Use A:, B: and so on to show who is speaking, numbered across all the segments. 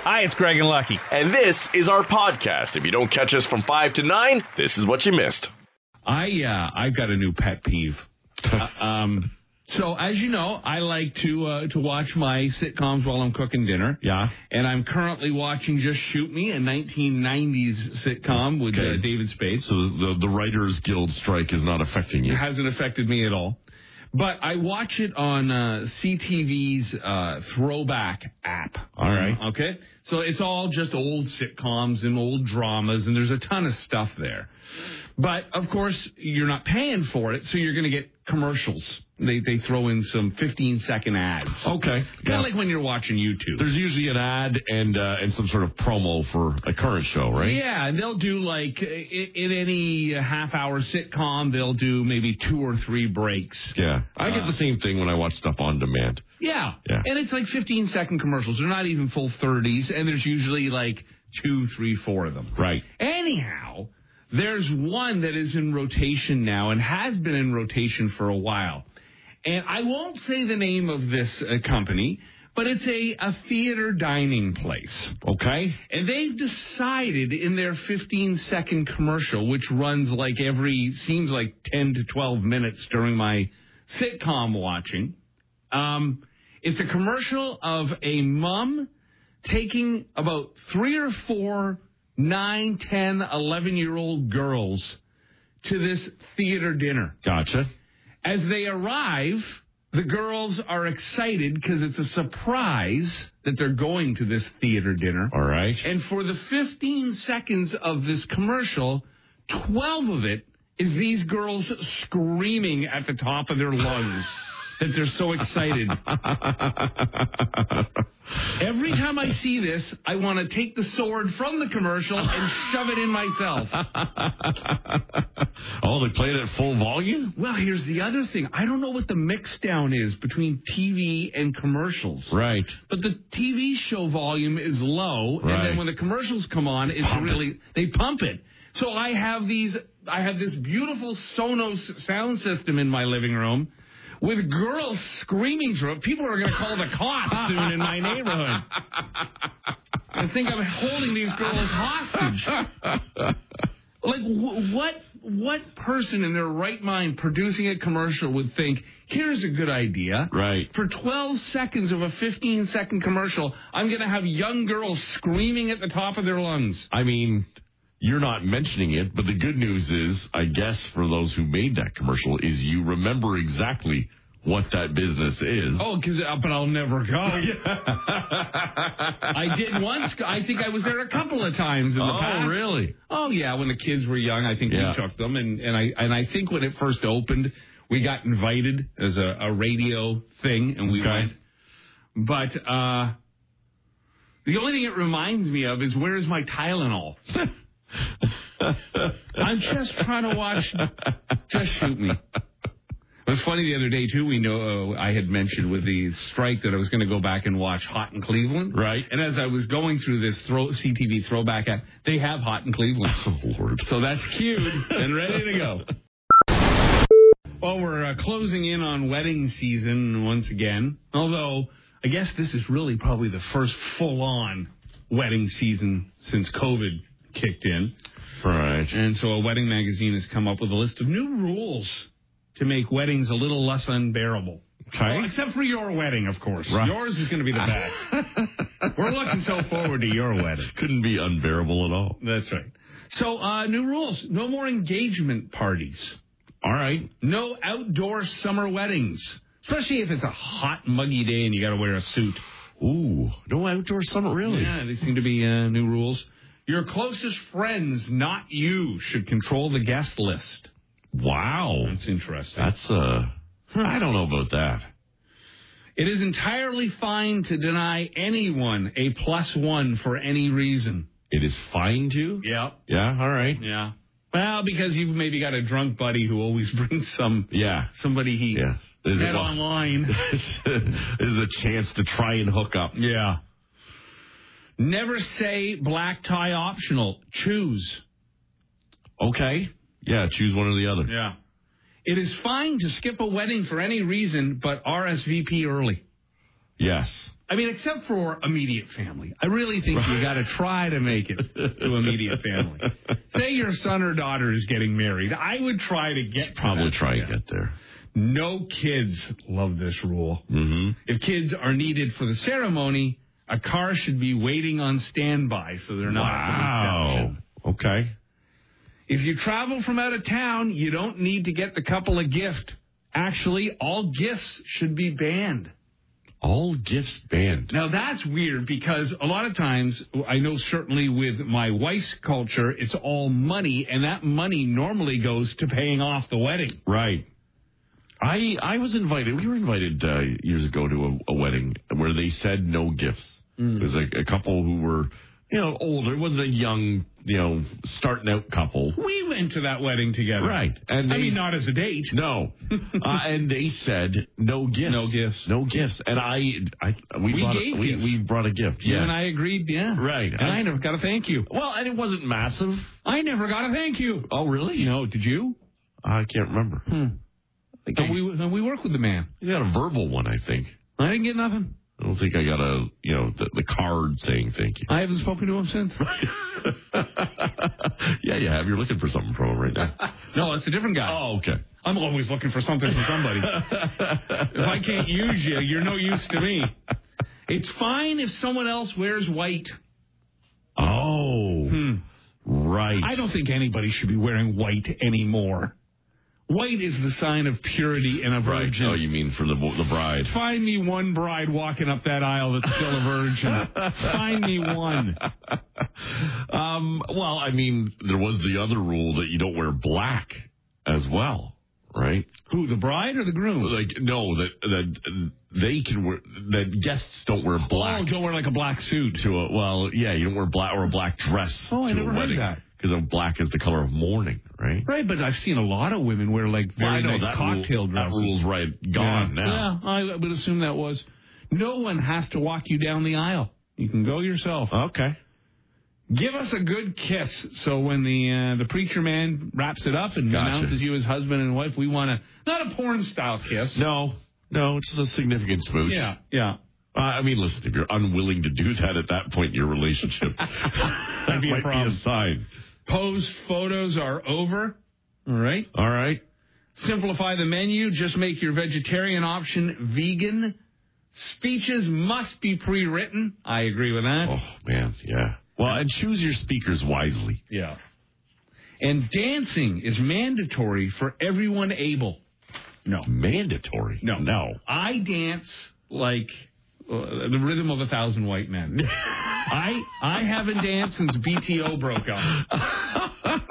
A: Hi, it's Greg and Lucky.
B: And this is our podcast. If you don't catch us from 5 to 9, this is what you missed.
C: I uh, I've got a new pet peeve. Uh, um, so as you know, I like to uh, to watch my sitcoms while I'm cooking dinner.
D: Yeah.
C: And I'm currently watching Just Shoot Me, a 1990s sitcom with uh,
D: Okay.
C: David Spade.
D: So the the Writers Guild strike is not affecting you.
C: It hasn't affected me at all. But I watch it on uh, CTV's uh, Throwback app.
D: All right.
C: Okay. So it's all just old sitcoms and old dramas, and there's a ton of stuff there. But of course, you're not paying for it, so you're going to get commercials. They they throw in some 15 second ads.
D: Okay.
C: Kind
D: Yeah.
C: of like when you're watching YouTube.
D: There's usually an ad and uh, and some sort of promo for a current show, right?
C: Yeah, and they'll do like i- in any half hour sitcom, they'll do maybe two or three breaks.
D: Yeah. I get the same thing when I watch stuff on demand.
C: Yeah.
D: Yeah.
C: And it's like 15 second commercials. They're not even full 30s, and there's usually like two, three, four of them.
D: Right.
C: Anyhow, there's one that is in rotation now and has been in rotation for a while. And I won't say the name of this uh, company, but it's a, a theater dining place.
D: Okay.
C: And they've decided in their 15 second commercial, which runs like every, seems like 10 to 12 minutes during my sitcom watching, um, it's a commercial of a mom taking about three or four nine, 10, 11 year old girls to this theater dinner.
D: Gotcha.
C: As they arrive, the girls are excited because it's a surprise that they're going to this theater dinner.
D: All right.
C: And for the 15 seconds of this commercial, 12 of it is these girls screaming at the top of their lungs that they're so excited. Every time I see this, I want to take the sword from the commercial and shove it in myself.
D: Oh, they played it at full volume.
C: Well, here's the other thing. I don't know what the mix down is between TV and commercials.
D: Right.
C: But the TV show volume is low, and
D: Right.
C: then when the commercials come on, it's really they pump it. So I have these, I have this beautiful Sonos sound system in my living room. With girls screaming through it, people are going to call the cops soon in my neighborhood. I think I'm holding these girls hostage. Like, wh- what what person in their right mind producing a commercial would think? Here's a good idea.
D: Right.
C: For 12 seconds of a 15 second commercial, I'm going to have young girls screaming at the top of their lungs.
D: I mean, you're not mentioning it, but the good news is, I guess, for those who made that commercial, is you remember exactly what that business is.
C: Oh, because uh, but I'll never go. I did once. go- I think I was there a couple of times in the
D: Oh,
C: past.
D: really?
C: Oh yeah, when the kids were young, I think
D: Yeah.
C: we took them, and and I and I think when it first opened, we got invited as a, a radio thing, and we
D: Okay.
C: went. But uh, the only thing it reminds me of is where is my Tylenol? I'm just trying to watch. Just shoot me. It was funny the other day too. We know uh, I had mentioned with the strike that I was going to go back and watch Hot in Cleveland.
D: Right.
C: And as I was going through this throw, CTV throwback act, they have Hot in Cleveland.
D: Oh, Lord.
C: So that's cued and ready to go. Well, we're uh, closing in on wedding season once again. Although, I guess this is really probably the first full on wedding season since COVID kicked in.
D: Right.
C: And so, a wedding magazine has come up with a list of new rules to make weddings a little less unbearable. Well,
D: Okay.
C: except for your wedding, of course.
D: Right.
C: Yours is going to be the best. we're looking so forward to your wedding.
D: Couldn't be unbearable at all.
C: That's right. So, uh, new rules. No more engagement parties.
D: All right.
C: No outdoor summer weddings. Especially if it's a hot, muggy day and you got to wear a suit.
D: Ooh, no outdoor summit, really?
C: Yeah, these seem to be uh, new rules. Your closest friends, not you, should control the guest list.
D: Wow.
C: That's interesting.
D: That's, uh, I don't know about that.
C: It is entirely fine to deny anyone a plus one for any reason.
D: It is fine to?
C: Yeah.
D: Yeah, all right.
C: Yeah. Well, because you've maybe got a drunk buddy who always brings some
D: Yeah.
C: somebody he
D: Yeah. Is
C: met
D: it, well,
C: online.
D: is a chance to try and hook up.
C: Yeah. Never say black tie optional. Choose.
D: Okay. Yeah, choose one or the other.
C: Yeah. It is fine to skip a wedding for any reason, but RSVP early.
D: Yes.
C: I mean, except for immediate family. I really think you got to try to make it to immediate family. Say your son or daughter is getting married. I would try to get to
D: Probably
C: that.
D: try and get there.
C: No kids love this rule. Mm-hmm. If kids are needed for the ceremony, a car should be waiting on standby so they're not at the
D: Wow.
C: reception.
D: Okay.
C: If you travel from out of town, you don't need to get the couple a gift. Actually, all gifts should be banned.
D: All gifts banned.
C: Now that's weird because a lot of times I know certainly with my wife's culture, it's all money, and that money normally goes to paying off the wedding.
D: Right. I I was invited. We were invited uh, years ago to a, a wedding where they said no gifts.
C: Mm.
D: It was like a couple who were you know older. It wasn't a young you know starting out couple.
C: We went to that wedding together,
D: Right. And
C: I
D: they-
C: mean, not as a date.
D: No, uh, and they said no gifts,
C: No gifts.
D: no gifts. And I, I we,
C: We
D: brought
C: gave
D: a, we,
C: gifts.
D: we brought a gift.
C: You
D: Yeah.
C: and I agreed, yeah.
D: Right.
C: And I, never got a thank you.
D: well, and it wasn't massive.
C: I never got a thank you.
D: Oh, really?
C: No, did you?
D: I can't remember.
C: Hmm.
D: I think I-
C: And we and we work with the man.
D: I got a verbal one, I think.
C: I didn't get nothing.
D: I don't think I got a, you know, the, the card saying thank you.
C: I haven't spoken to him since.
D: yeah, you have. You're looking for something from him right now.
C: no, it's a different guy.
D: oh, okay.
C: I'm always looking for something for somebody. if I can't use you, you're no use to me. It's fine if someone else wears white.
D: Oh, right.
C: I don't think anybody should be wearing white anymore. White is the sign of purity and a
D: Right.
C: virgin.
D: Oh, you mean for the the bride?
C: Find me one bride walking up that aisle that's still a virgin. Find me one.
D: Um, well, I mean, there was the other rule that you don't wear black as well, right?
C: Who, the bride or the groom?
D: Like, no, that that they can wear that guests don't wear black.
C: Oh, don't wear like a black suit.
D: to a well, yeah, you don't wear black or a black dress
C: Oh, I
D: to
C: never
D: a
C: heard
D: wedding
C: that.
D: because black is the color of mourning, right?
C: Right, but I've seen a lot of women wear like
D: Well, I
C: very
D: know
C: nice
D: that
C: cocktail
D: rule,
C: dresses.
D: That rule's right gone
C: yeah.
D: now.
C: Yeah, I would assume that was. No one has to walk you down the aisle. You can go yourself.
D: Okay.
C: Give us a good kiss. So when the uh, the preacher man wraps it up and
D: Gotcha.
C: announces you as husband and wife, we want to not a porn style kiss.
D: No, no, it's just a significant smooch.
C: Yeah, yeah.
D: Uh, I mean, listen, if you're unwilling to do that at that point in your relationship, that
C: be a
D: might
C: problem.
D: be a sign.
C: Posed photos are over. All right.
D: All right.
C: Simplify the menu. Just make your vegetarian option vegan. Speeches must be pre-written. I agree with that.
D: Oh man, yeah. Well, and choose your speakers wisely.
C: Yeah. And dancing is mandatory for everyone able. No.
D: Mandatory.
C: No.
D: no.
C: I dance like uh, the rhythm of a thousand white men. I I haven't danced since BTO broke up.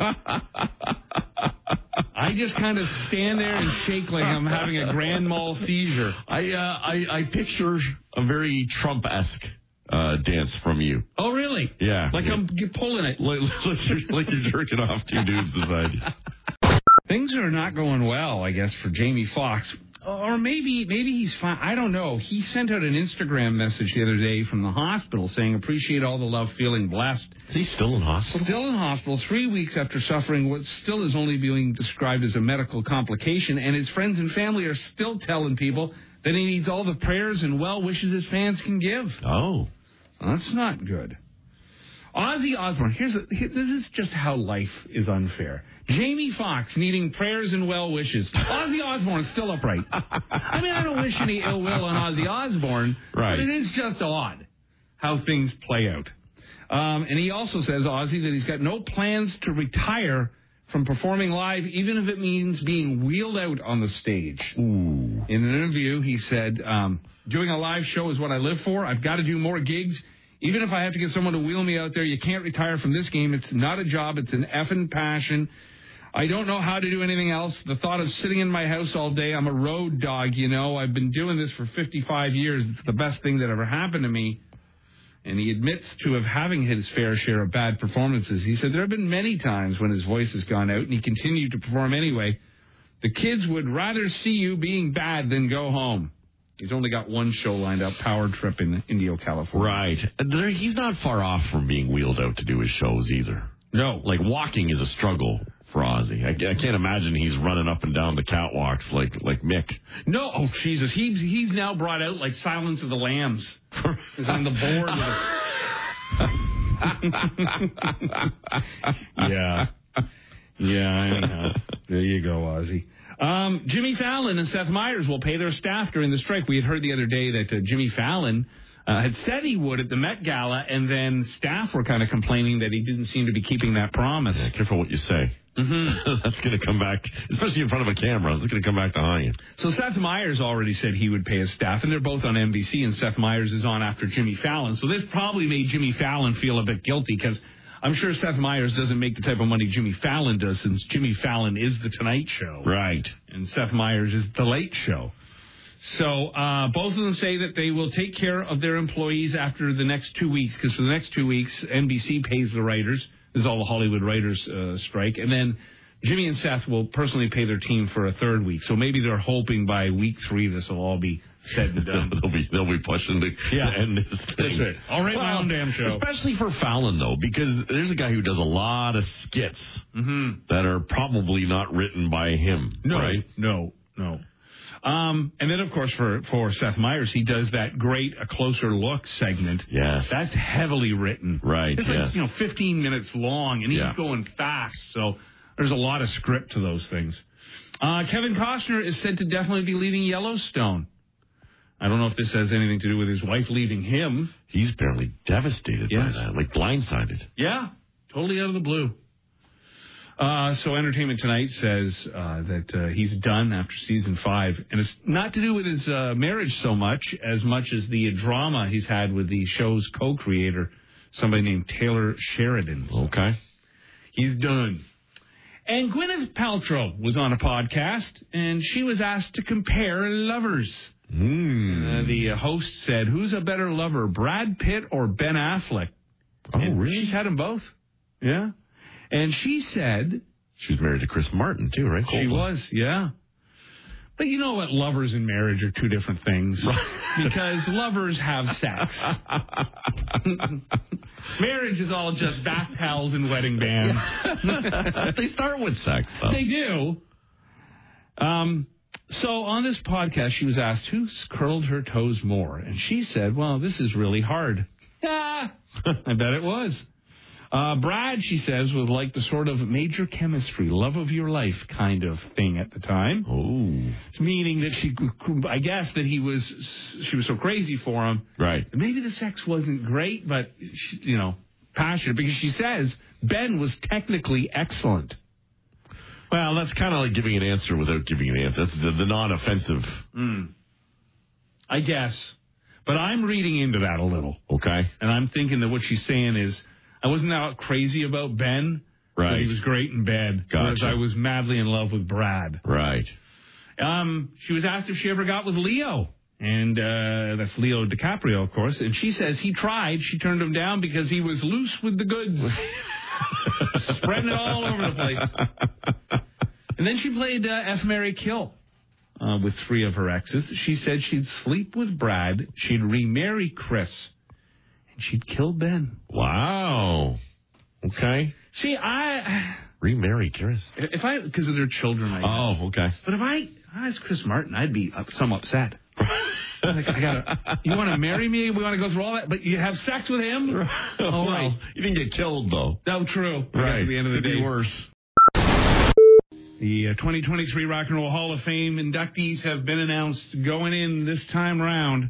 C: I just kind of stand there and shake like I'm having a grand mal seizure.
D: I uh, I, I picture a very Trump-esque uh, dance from you.
C: Oh, really?
D: Yeah.
C: Like
D: Yeah.
C: I'm g- pulling it.
D: Like, like, you're, like you're jerking off two dudes beside you.
C: Things are not going well, I guess, for Jamie Foxx. Or maybe maybe he's fine. I don't know. He sent out an Instagram message the other day from the hospital saying, appreciate all the love, feeling blessed.
D: Is he still in hospital?
C: Still in hospital, three weeks after suffering what still is only being described as a medical complication, and his friends and family are still telling people that he needs all the prayers and well wishes his fans can give.
D: Oh.
C: That's not good. Ozzy Osbourne, here's a, here, this is just how life is unfair. Jamie Foxx needing prayers and well wishes. Ozzy Osbourne's still upright. I mean, I don't wish any ill will on Ozzy Osbourne,
D: Right.
C: but it is just odd how things play out. Um, and he also says, Ozzy, that he's got no plans to retire from performing live, even if it means being wheeled out on the stage.
D: Ooh.
C: In an interview, he said, um, "Doing a live show is what I live for. I've got to do more gigs, even if I have to get someone to wheel me out there. You can't retire from this game. It's not a job. It's an effing passion. I don't know how to do anything else. The thought of sitting in my house all day. I'm a road dog, you know. I've been doing this for 55 years. It's the best thing that ever happened to me." And he admits to have having his fair share of bad performances. He said there have been many times when his voice has gone out, and he continued to perform anyway. The kids would rather see you being bad than go home. He's only got one show lined up, Power Trip in Indio, California.
D: Right. And There, he's not far off from being wheeled out to do his shows either.
C: No,
D: Like walking is a struggle for Ozzy. I, I can't imagine he's running up and down the catwalks like like Mick.
C: No, oh Jesus, he's he's now brought out like Silence of the Lambs is on the board. with a- yeah, yeah. I know. There you go, Ozzy. Um, Jimmy Fallon and Seth Meyers will pay their staff during the strike. We had heard the other day that uh, Jimmy Fallon. Uh, had said he would at the Met Gala, and then staff were kind of complaining that he didn't seem to be keeping that promise.
D: Careful what you say.
C: Mm-hmm.
D: That's going to come back, especially in front of a camera. It's going to come back to haunt you.
C: So Seth Meyers already said he would pay his staff, and they're both on NBC, and Seth Meyers is on after Jimmy Fallon. So this probably made Jimmy Fallon feel a bit guilty because I'm sure Seth Meyers doesn't make the type of money Jimmy Fallon does since Jimmy Fallon is the Tonight Show,
D: Right.
C: and Seth Meyers is the Late Show. So uh, both of them say that they will take care of their employees after the next two weeks, because for the next two weeks NBC pays the writers. This is all the Hollywood writers uh, strike, and then Jimmy and Seth will personally pay their team for a third week. So maybe they're hoping by week three this will all be said and done.
D: they'll be they'll be pushing to
C: Yeah.
D: end this thing.
C: That's it. I'll write my own damn show.
D: Especially for Fallon though, because there's a guy who does a lot of skits that are probably not written by him.
C: Mm-hmm. No,
D: Right?
C: no, no. Um, and then, of course, for, for Seth Meyers, he does that great A Closer Look segment.
D: Yes.
C: That's heavily written.
D: Right,
C: It's
D: yes.
C: like, you know, 15 minutes long, and he's
D: Yeah.
C: going fast. So there's a lot of script to those things. Uh, Kevin Costner is said to definitely be leaving Yellowstone. I don't know if this has anything to do with his wife leaving him.
D: He's apparently devastated
C: Yes.
D: by that, like blindsided.
C: Yeah, totally out of the blue. Uh, so Entertainment Tonight says uh, that uh, he's done after season five, and it's not to do with his uh, marriage so much as much as the drama he's had with the show's co-creator, somebody named Taylor Sheridan.
D: Okay.
C: He's done. And Gwyneth Paltrow was on a podcast, and she was asked to compare lovers.
D: Hmm.
C: Uh, the uh, host said, "Who's a better lover, Brad Pitt or Ben Affleck?"
D: Oh,
C: And
D: really?
C: She's had them both. Yeah. And she said
D: She was married to Chris Martin too, right?
C: she
D: Coldplay.
C: was, yeah. But you know what? Lovers and marriage are two different things because lovers have sex. marriage is all just bath towels and wedding bands.
D: they start with sex. Though.
C: They do. Um, so on this podcast, she was asked who's curled her toes more, and she said, "Well, this is really hard." Ah, I bet it was. Uh, Brad, she says, was like the sort of major chemistry, love of your life kind of thing at the time
D: oh,
C: meaning that she, I guess that he was, she was so crazy for him.
D: Right.
C: Maybe the sex wasn't great, but she, you know, passionate because she says Ben was technically excellent.
D: well, that's kind of like giving an answer without giving an answer. That's the, the non-offensive.
C: I guess, but I'm reading into that a little,
D: Okay.
C: and I'm thinking that what she's saying is I wasn't out crazy about Ben. but
D: Right.
C: he was great in bed, whereas
D: Gotcha.
C: I was madly in love with Brad.
D: Right.
C: Um, she was asked if she ever got with Leo. And uh, that's Leo DiCaprio, of course. And she says he tried. She turned him down because he was loose with the goods, spreading it all over the place. And then she played uh, F. Mary Kill uh, with three of her exes. She said she'd sleep with Brad, she'd remarry Chris, and she'd kill Ben.
D: Wow. Okay.
C: See, I
D: Remarry Chris.
C: if I because of their children, I guess.
D: Oh, okay.
C: But if I, if I was Chris Martin, I'd be up, some upset. like, I gotta, you want to marry me? We want to go through all that, but you have sex with him? Oh, well.
D: You didn't get killed though.
C: No, true. I guess At the end of the
D: Could
C: day,
D: be worse.
C: the uh, 2023 Rock and Roll Hall of Fame inductees have been announced going in this time round.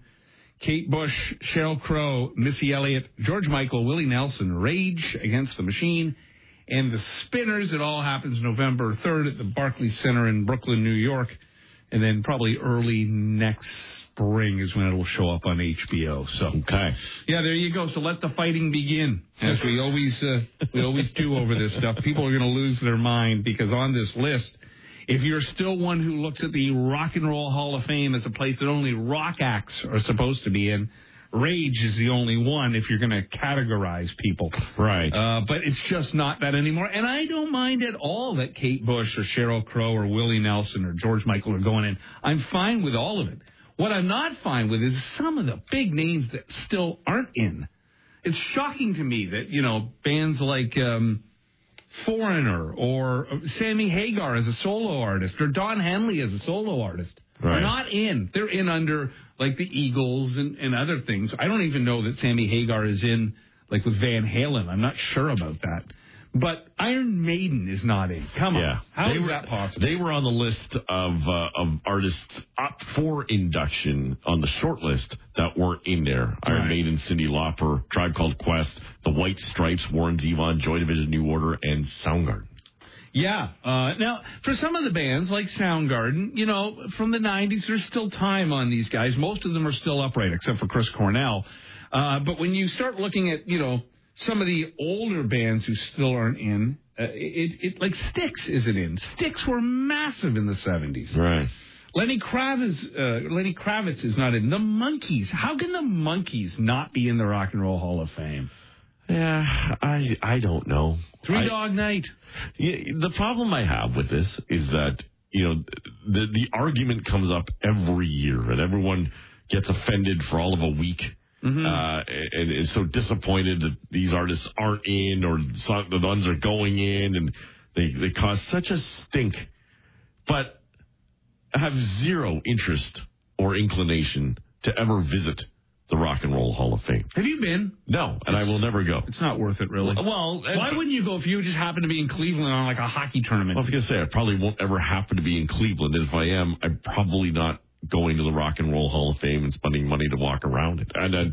C: Kate Bush, Cheryl Crow, Missy Elliott, George Michael, Willie Nelson, Rage Against the Machine, and the Spinners. It all happens November 3rd at the Barclays Center in Brooklyn, New York. And then probably early next spring is when it'll show up on HBO. So
D: Okay.
C: yeah, there you go. So let the fighting begin, as we always uh, we always do over this stuff. People are going to lose their mind because on this list, if you're still one who looks at the Rock and Roll Hall of Fame as a place that only rock acts are supposed to be in, Rage is the only one if you're going to categorize people.
D: Right.
C: Uh, but it's just not that anymore. And I don't mind at all that Kate Bush or Cheryl Crow or Willie Nelson or George Michael are going in. I'm fine with all of it. What I'm not fine with is some of the big names that still aren't in. It's shocking to me that, you know, bands like um, Foreigner or uh, Sammy Hagar as a solo artist or Don Henley as a solo artist
D: Right.
C: are not in. They're in under like the Eagles and, and other things. I don't even know that Sammy Hagar is in like with Van Halen. I'm not sure about that. But Iron Maiden is not in. Come on.
D: Yeah.
C: How
D: They
C: is
D: were-
C: that possible?
D: They were on the list of uh, of artists up for induction on the short list that weren't in there. Iron
C: Right.
D: Maiden, Cindy Lauper, Tribe Called Quest, The White Stripes, Warren Zevon, Joy Division, New Order, and Soundgarden.
C: Yeah. Uh, now, for some of the bands like Soundgarden, you know, from the '90s, there's still time on these guys. Most of them are still upright, except for Chris Cornell. Uh, but when you start looking at, you know, some of the older bands who still aren't in, uh, it, it like Styx isn't in. Styx were massive in the '70s.
D: Right.
C: Lenny Kravitz, uh, Lenny Kravitz is not in. The Monkees. How can the Monkees not be in the Rock and Roll Hall of Fame?
D: Yeah, I I don't know.
C: Three
D: I-
C: Dog Night.
D: Yeah, the problem I have with this is that you know the the argument comes up every year, and everyone gets offended for all of a week, uh, and is so disappointed that these artists aren't in or so- the ones are going in, and they they cause such a stink, but have zero interest or inclination to ever visit the Rock and Roll Hall of Fame.
C: Have you been?
D: No, and I will never go.
C: It's not worth it, really.
D: Well,
C: Why wouldn't you go if you just happened to be in Cleveland on like a hockey tournament?
D: I was gonna say I probably won't ever happen to be in Cleveland. If I am, I'm probably not going to the Rock and Roll Hall of Fame and spending money to walk around it. And uh,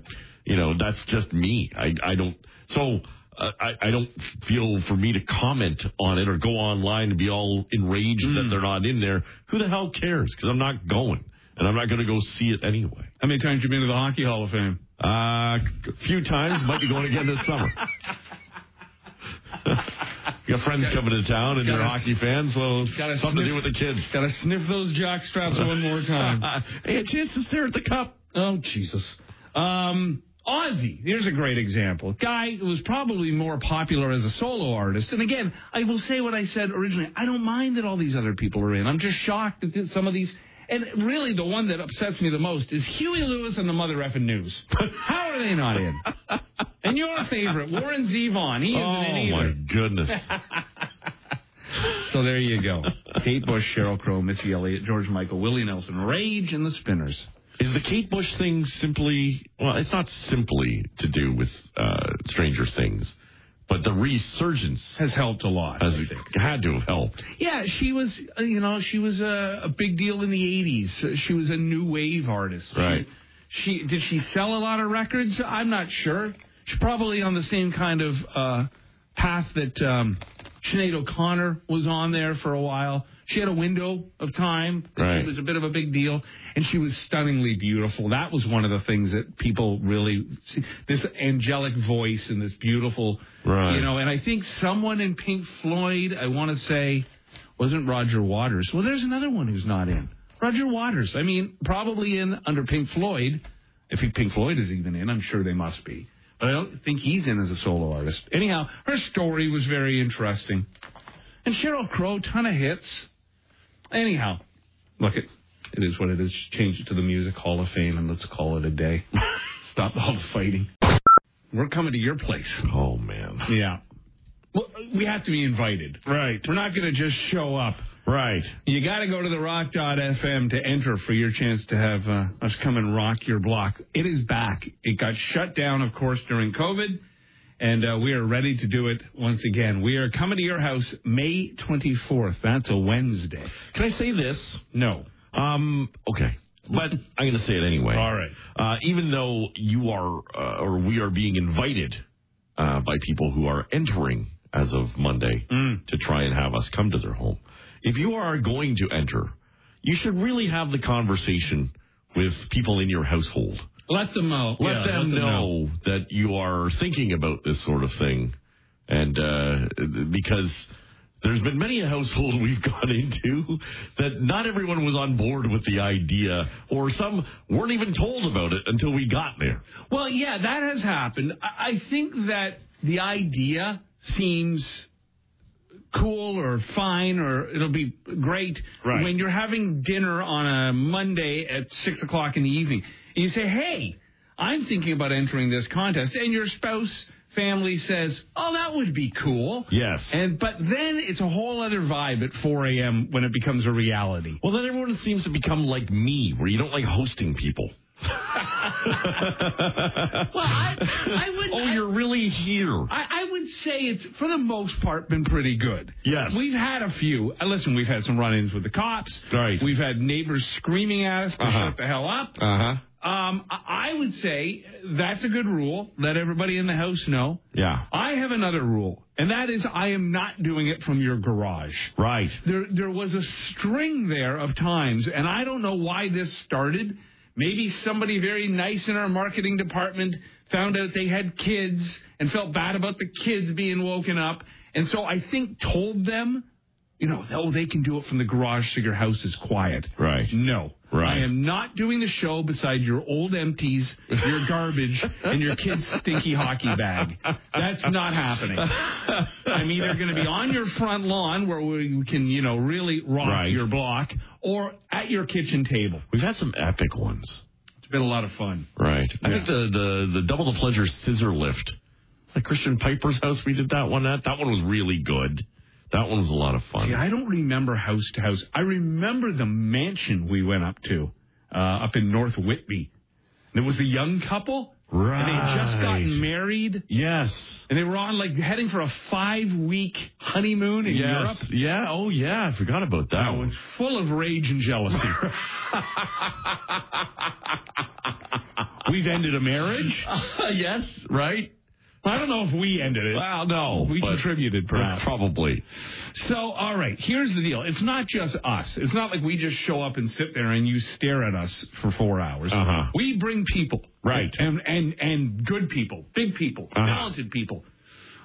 D: you know, that's just me. I I don't. So uh, I I don't feel for me to comment on it or go online and be all enraged that they're not in there. Who the hell cares? Because I'm not going, and I'm not gonna go see it anyway.
C: How many times you been to the Hockey Hall of Fame?
D: Uh, c- a few times. Might be going again this summer. Your friends coming to town and you're
C: Gotta-
D: hockey fans, so
C: gotta
D: something to do
C: sniff-
D: with the kids. Uh,
C: Gotta sniff those jock straps one more time.
D: hey, a chance to stare at the cup.
C: Oh Jesus. Um, Ozzy. Here's a great example. Guy who was probably more popular as a solo artist. And again, I will say what I said originally. I don't mind that all these other people are in. I'm just shocked that th- some of these. And really, the one that upsets me the most is Huey Lewis and the Mother Effing News. How are they not in? And your favorite, Warren Zevon. He isn't in
D: Oh
C: either.
D: my goodness.
C: So there you go. Kate Bush, Cheryl Crow, Missy Elliott, George Michael, Willie Nelson, Rage, and the Spinners.
D: Is the Kate Bush thing simply? Well, it's not simply to do with uh, Stranger Things, but the resurgence
C: Has helped a lot.
D: has had to have helped.
C: Yeah, she was, uh, you know, she was a, a big deal in the 80s. Uh, She was a new wave artist. She-
D: Right.
C: She, Did she sell a lot of records? I'm not sure. She's probably on the same kind of uh, path that um, Sinead O'Connor was on there for a while. She had a window of time. that
D: Right.
C: She was a bit of a big deal, and she was stunningly beautiful. That was one of the things that people really see, this angelic voice and this beautiful,
D: Right.
C: you know. And I think someone in Pink Floyd, I want to say, wasn't Roger Waters. Well, there's another one who's not in. Roger Waters. I mean, probably in under Pink Floyd. If he- Pink Floyd is even in, I'm sure they must be. But I don't think he's in as a solo artist. Anyhow, her story was very interesting. And Cheryl Crow, ton of hits. Anyhow, look, it, it is what it is. Just Change it to the Music Hall of Fame and let's call it a day. Stop all the fighting. We're coming to your place.
D: Oh man.
C: Yeah. Well, we have to be invited.
D: Right.
C: We're not going to just show up.
D: Right.
C: You got to go to the rock.fm to enter for your chance to have uh, us come and rock your block. It is back. It got shut down, of course, during COVID, and uh, we are ready to do it once again. We are coming to your house May 24th. That's a Wednesday.
D: Can I say this?
C: No.
D: Um, okay. But I'm going to say it anyway.
C: All right.
D: Uh, even though you are, uh, or we are being invited uh, by people who are entering as of Monday
C: Mm.
D: to try and have us come to their home, if you are going to enter, you should really have the conversation with people in your household.
C: Let them know.
D: Let them know, that you are thinking about this sort of thing. And uh, because there's been many a household we've gone into that not everyone was on board with the idea, or some weren't even told about it until we got there.
C: Well, yeah, that has happened. I I think that the idea seems cool or fine or it'll be great
D: Right.
C: when you're having dinner on a Monday at six o'clock in the evening. And you say, hey, I'm thinking about entering this contest, and your spouse family says, "Oh, that would be cool."
D: Yes.
C: And but then it's a whole other vibe at 4 a.m. when it becomes a reality.
D: Well, then everyone seems to become like me, where you don't like hosting people.
C: Well, I, I would.
D: Oh, you're really here.
C: I, I would say it's for the most part been pretty good.
D: Yes.
C: we've had a few. Uh, listen, we've had some run-ins with the cops.
D: Right.
C: We've had neighbors screaming at us to
D: Uh-huh.
C: shut the hell up.
D: Uh huh.
C: Um, I I would say that's a good rule. Let everybody in the house know.
D: Yeah.
C: I have another rule, and that is I am not doing it from your garage.
D: Right.
C: There, there was a string there of times, and I don't know why this started. Maybe somebody very nice in our marketing department found out they had kids and felt bad about the kids being woken up, and so I think told them, you know, oh, they can do it from the garage so your house is quiet.
D: Right.
C: No.
D: Right.
C: I am not doing the show beside your old empties, your garbage, and your kid's stinky hockey bag. That's not happening. I'm either going to be on your front lawn where we can, you know, really rock
D: Right.
C: your block or at your kitchen table.
D: We've had some epic ones.
C: It's been a lot of fun.
D: Right. I think
C: Yeah.
D: the, the the double the pleasure scissor lift. At Christian Piper's house, we did that one at. That one was really good. That one was a lot of fun.
C: See, I don't remember house to house. I remember the mansion we went up to uh, up in North Whitby. There was a young couple. And they had just
D: Right.
C: gotten married.
D: yes.
C: And they were on like heading for a five week honeymoon in
D: Yes.
C: Europe.
D: Yeah. Oh, yeah. I forgot about that
C: I
D: one.
C: was full of rage and jealousy. We've ended a marriage.
D: yes. Right.
C: I don't know if we ended it.
D: Well, no.
C: We
D: but-
C: contributed, perhaps.
D: Probably.
C: So, all right, here's the deal. It's not just us. It's not like we just show up and sit there and you stare at us for four hours.
D: Uh-huh.
C: We bring people,
D: Right.
C: and and and good people, big people,
D: Uh-huh.
C: talented people.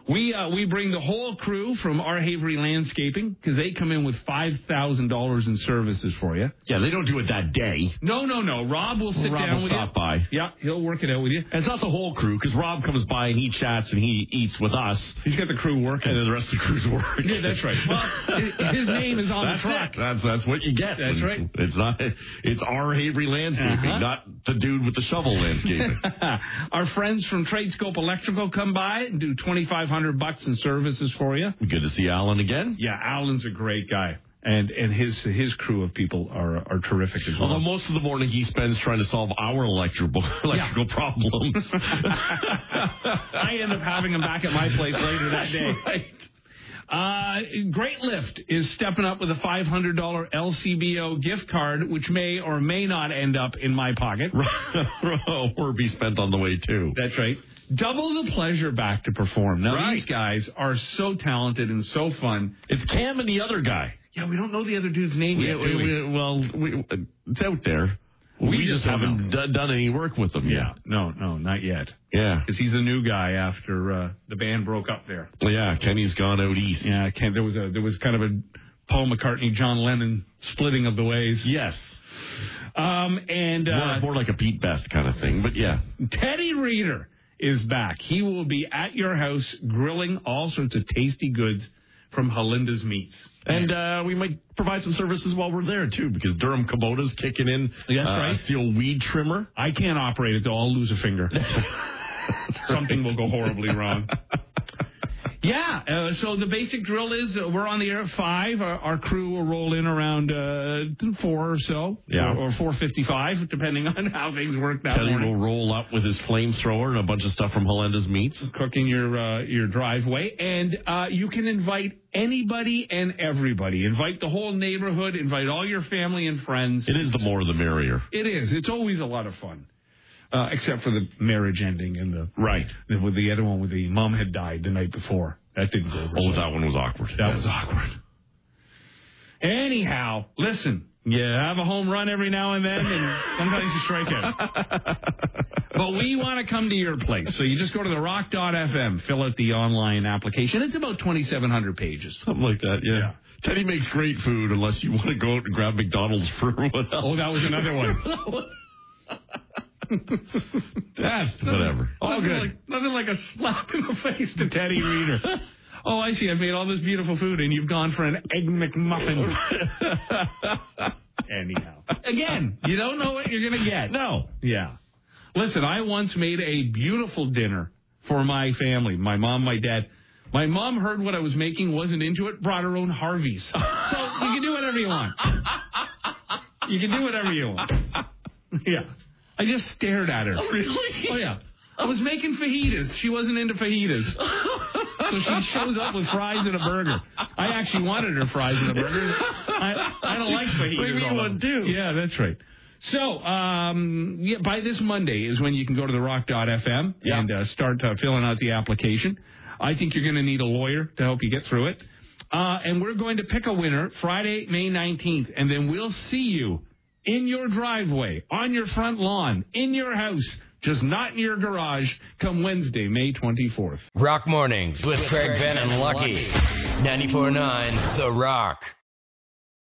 C: We uh, we bring the whole crew from our Havery Landscaping because they come in with five thousand dollars in services for you.
D: Yeah, they don't do it that day.
C: No, no, no. Rob will sit
D: Rob
C: down
D: will
C: with
D: stop
C: you.
D: by.
C: Yeah, he'll work it out with you.
D: And it's not the whole crew because Rob comes by and he chats and he eats with us,
C: He's got the crew
D: and
C: working.
D: then the rest of the crew's work.
C: Yeah, that's right. Well, his name is on
D: that's
C: the truck.
D: it. That's that's what you get.
C: That's right.
D: It's not. It's our Avery landscaping,
C: Uh-huh.
D: not the dude with the shovel landscaping.
C: Our friends from Tradescope Electrical come by and do twenty five hundred bucks in services for you.
D: Good to see Alan again.
C: Yeah, Alan's a great guy, and and his his crew of people are are terrific as
D: Although
C: well.
D: most of the morning he spends trying to solve our electrical electrical problems.
C: I end up having him back at my place later that day. Uh, Great Lift is stepping up with a five hundred dollar LCBO gift card, which may or may not end up in my pocket.
D: or be spent on the way too.
C: That's right. Double the pleasure back to perform. Now
D: Right.
C: these guys are so talented and so fun.
D: It's Cam and the other guy.
C: Yeah, we don't know the other dude's name
D: We,
C: yet.
D: we-
C: do we?
D: we- well, we, it's out there. We, just,
C: just don't
D: haven't d- done any work with them
C: Yeah, no, no, not yet.
D: yet.
C: Because he's a new guy after uh, the band broke up there.
D: Yeah. Yeah. Kenny's gone out east.
C: Yeah, I can't, there was a there was kind of a Paul McCartney, John Lennon splitting of the ways.
D: Yes.
C: Um, and
D: More,
C: uh,
D: more like a Pete Best kind of thing, but yeah.
C: Teddy Reader is back. He will be at your house grilling all sorts of tasty goods from Halinda's Meats.
D: And uh, we might provide some services while we're there too, because Durham Kubota's kicking in.
C: That's
D: uh,
C: right.
D: A steel weed trimmer.
C: I can't operate it, though. I'll lose a finger. Something will go horribly wrong. Yeah, uh, so the basic drill is uh, we're on the air at five. Our, our crew will roll in around uh, four or so,
D: Yeah.
C: or, or four fifty-five, depending on how things work that
D: Teddy
C: morning.
D: will roll up with his flamethrower and a bunch of stuff from Helenda's Meats.
C: Cooking your uh, your driveway, and uh, you can invite anybody and everybody. Invite the whole neighborhood. Invite all your family and friends.
D: It is the more the merrier.
C: It is. It's always a lot of fun, uh, except for the marriage ending and the
D: Right.
C: the- with the other one with the mom had died the night before. That didn't go over.
D: Oh,
C: so-
D: that one was awkward.
C: That was awkward. Anyhow, listen, you have a home run every now and then, and sometimes you strike out. But we want to come to your place. So you just go to the rock.fm, fill out the online application. It's about 2,700 pages.
D: Something like that, yeah.
C: Yeah.
D: Teddy makes great food unless you want to go out and grab McDonald's for what else.
C: Oh, that was another one.
D: That's whatever. All
C: nothing
D: good.
C: Like, nothing like a slap in the face to Teddy Reader. Oh, I see. I've made all this beautiful food, and you've gone for an egg McMuffin. Anyhow, again, you don't know what you're gonna get.
D: no.
C: Yeah. Listen, I once made a beautiful dinner for my family, my mom, my dad. My mom heard what I was making, wasn't into it, brought her own Harveys. So you can do whatever you want. You can do whatever you want. Yeah. I just stared at her.
A: Really?
C: Oh yeah. I was making fajitas. She wasn't into fajitas. So she shows up with fries and a burger. I actually wanted her fries and a burger. I, I don't like fajitas.
D: Bring me
C: all
D: one,
C: over.
D: too.
C: Yeah, that's right. So, um, yeah, by this Monday is when you can go to the rock.fm
D: Yeah.
C: and uh, start uh, filling out the application. I think you're going to need a lawyer to help you get through it. Uh, and we're going to pick a winner Friday, May 19th, and then we'll see you in your driveway, on your front lawn, in your house, just not in your garage come Wednesday, May 24th.
E: Rock Mornings with Craig Ben and Lucky. 94.9 The Rock.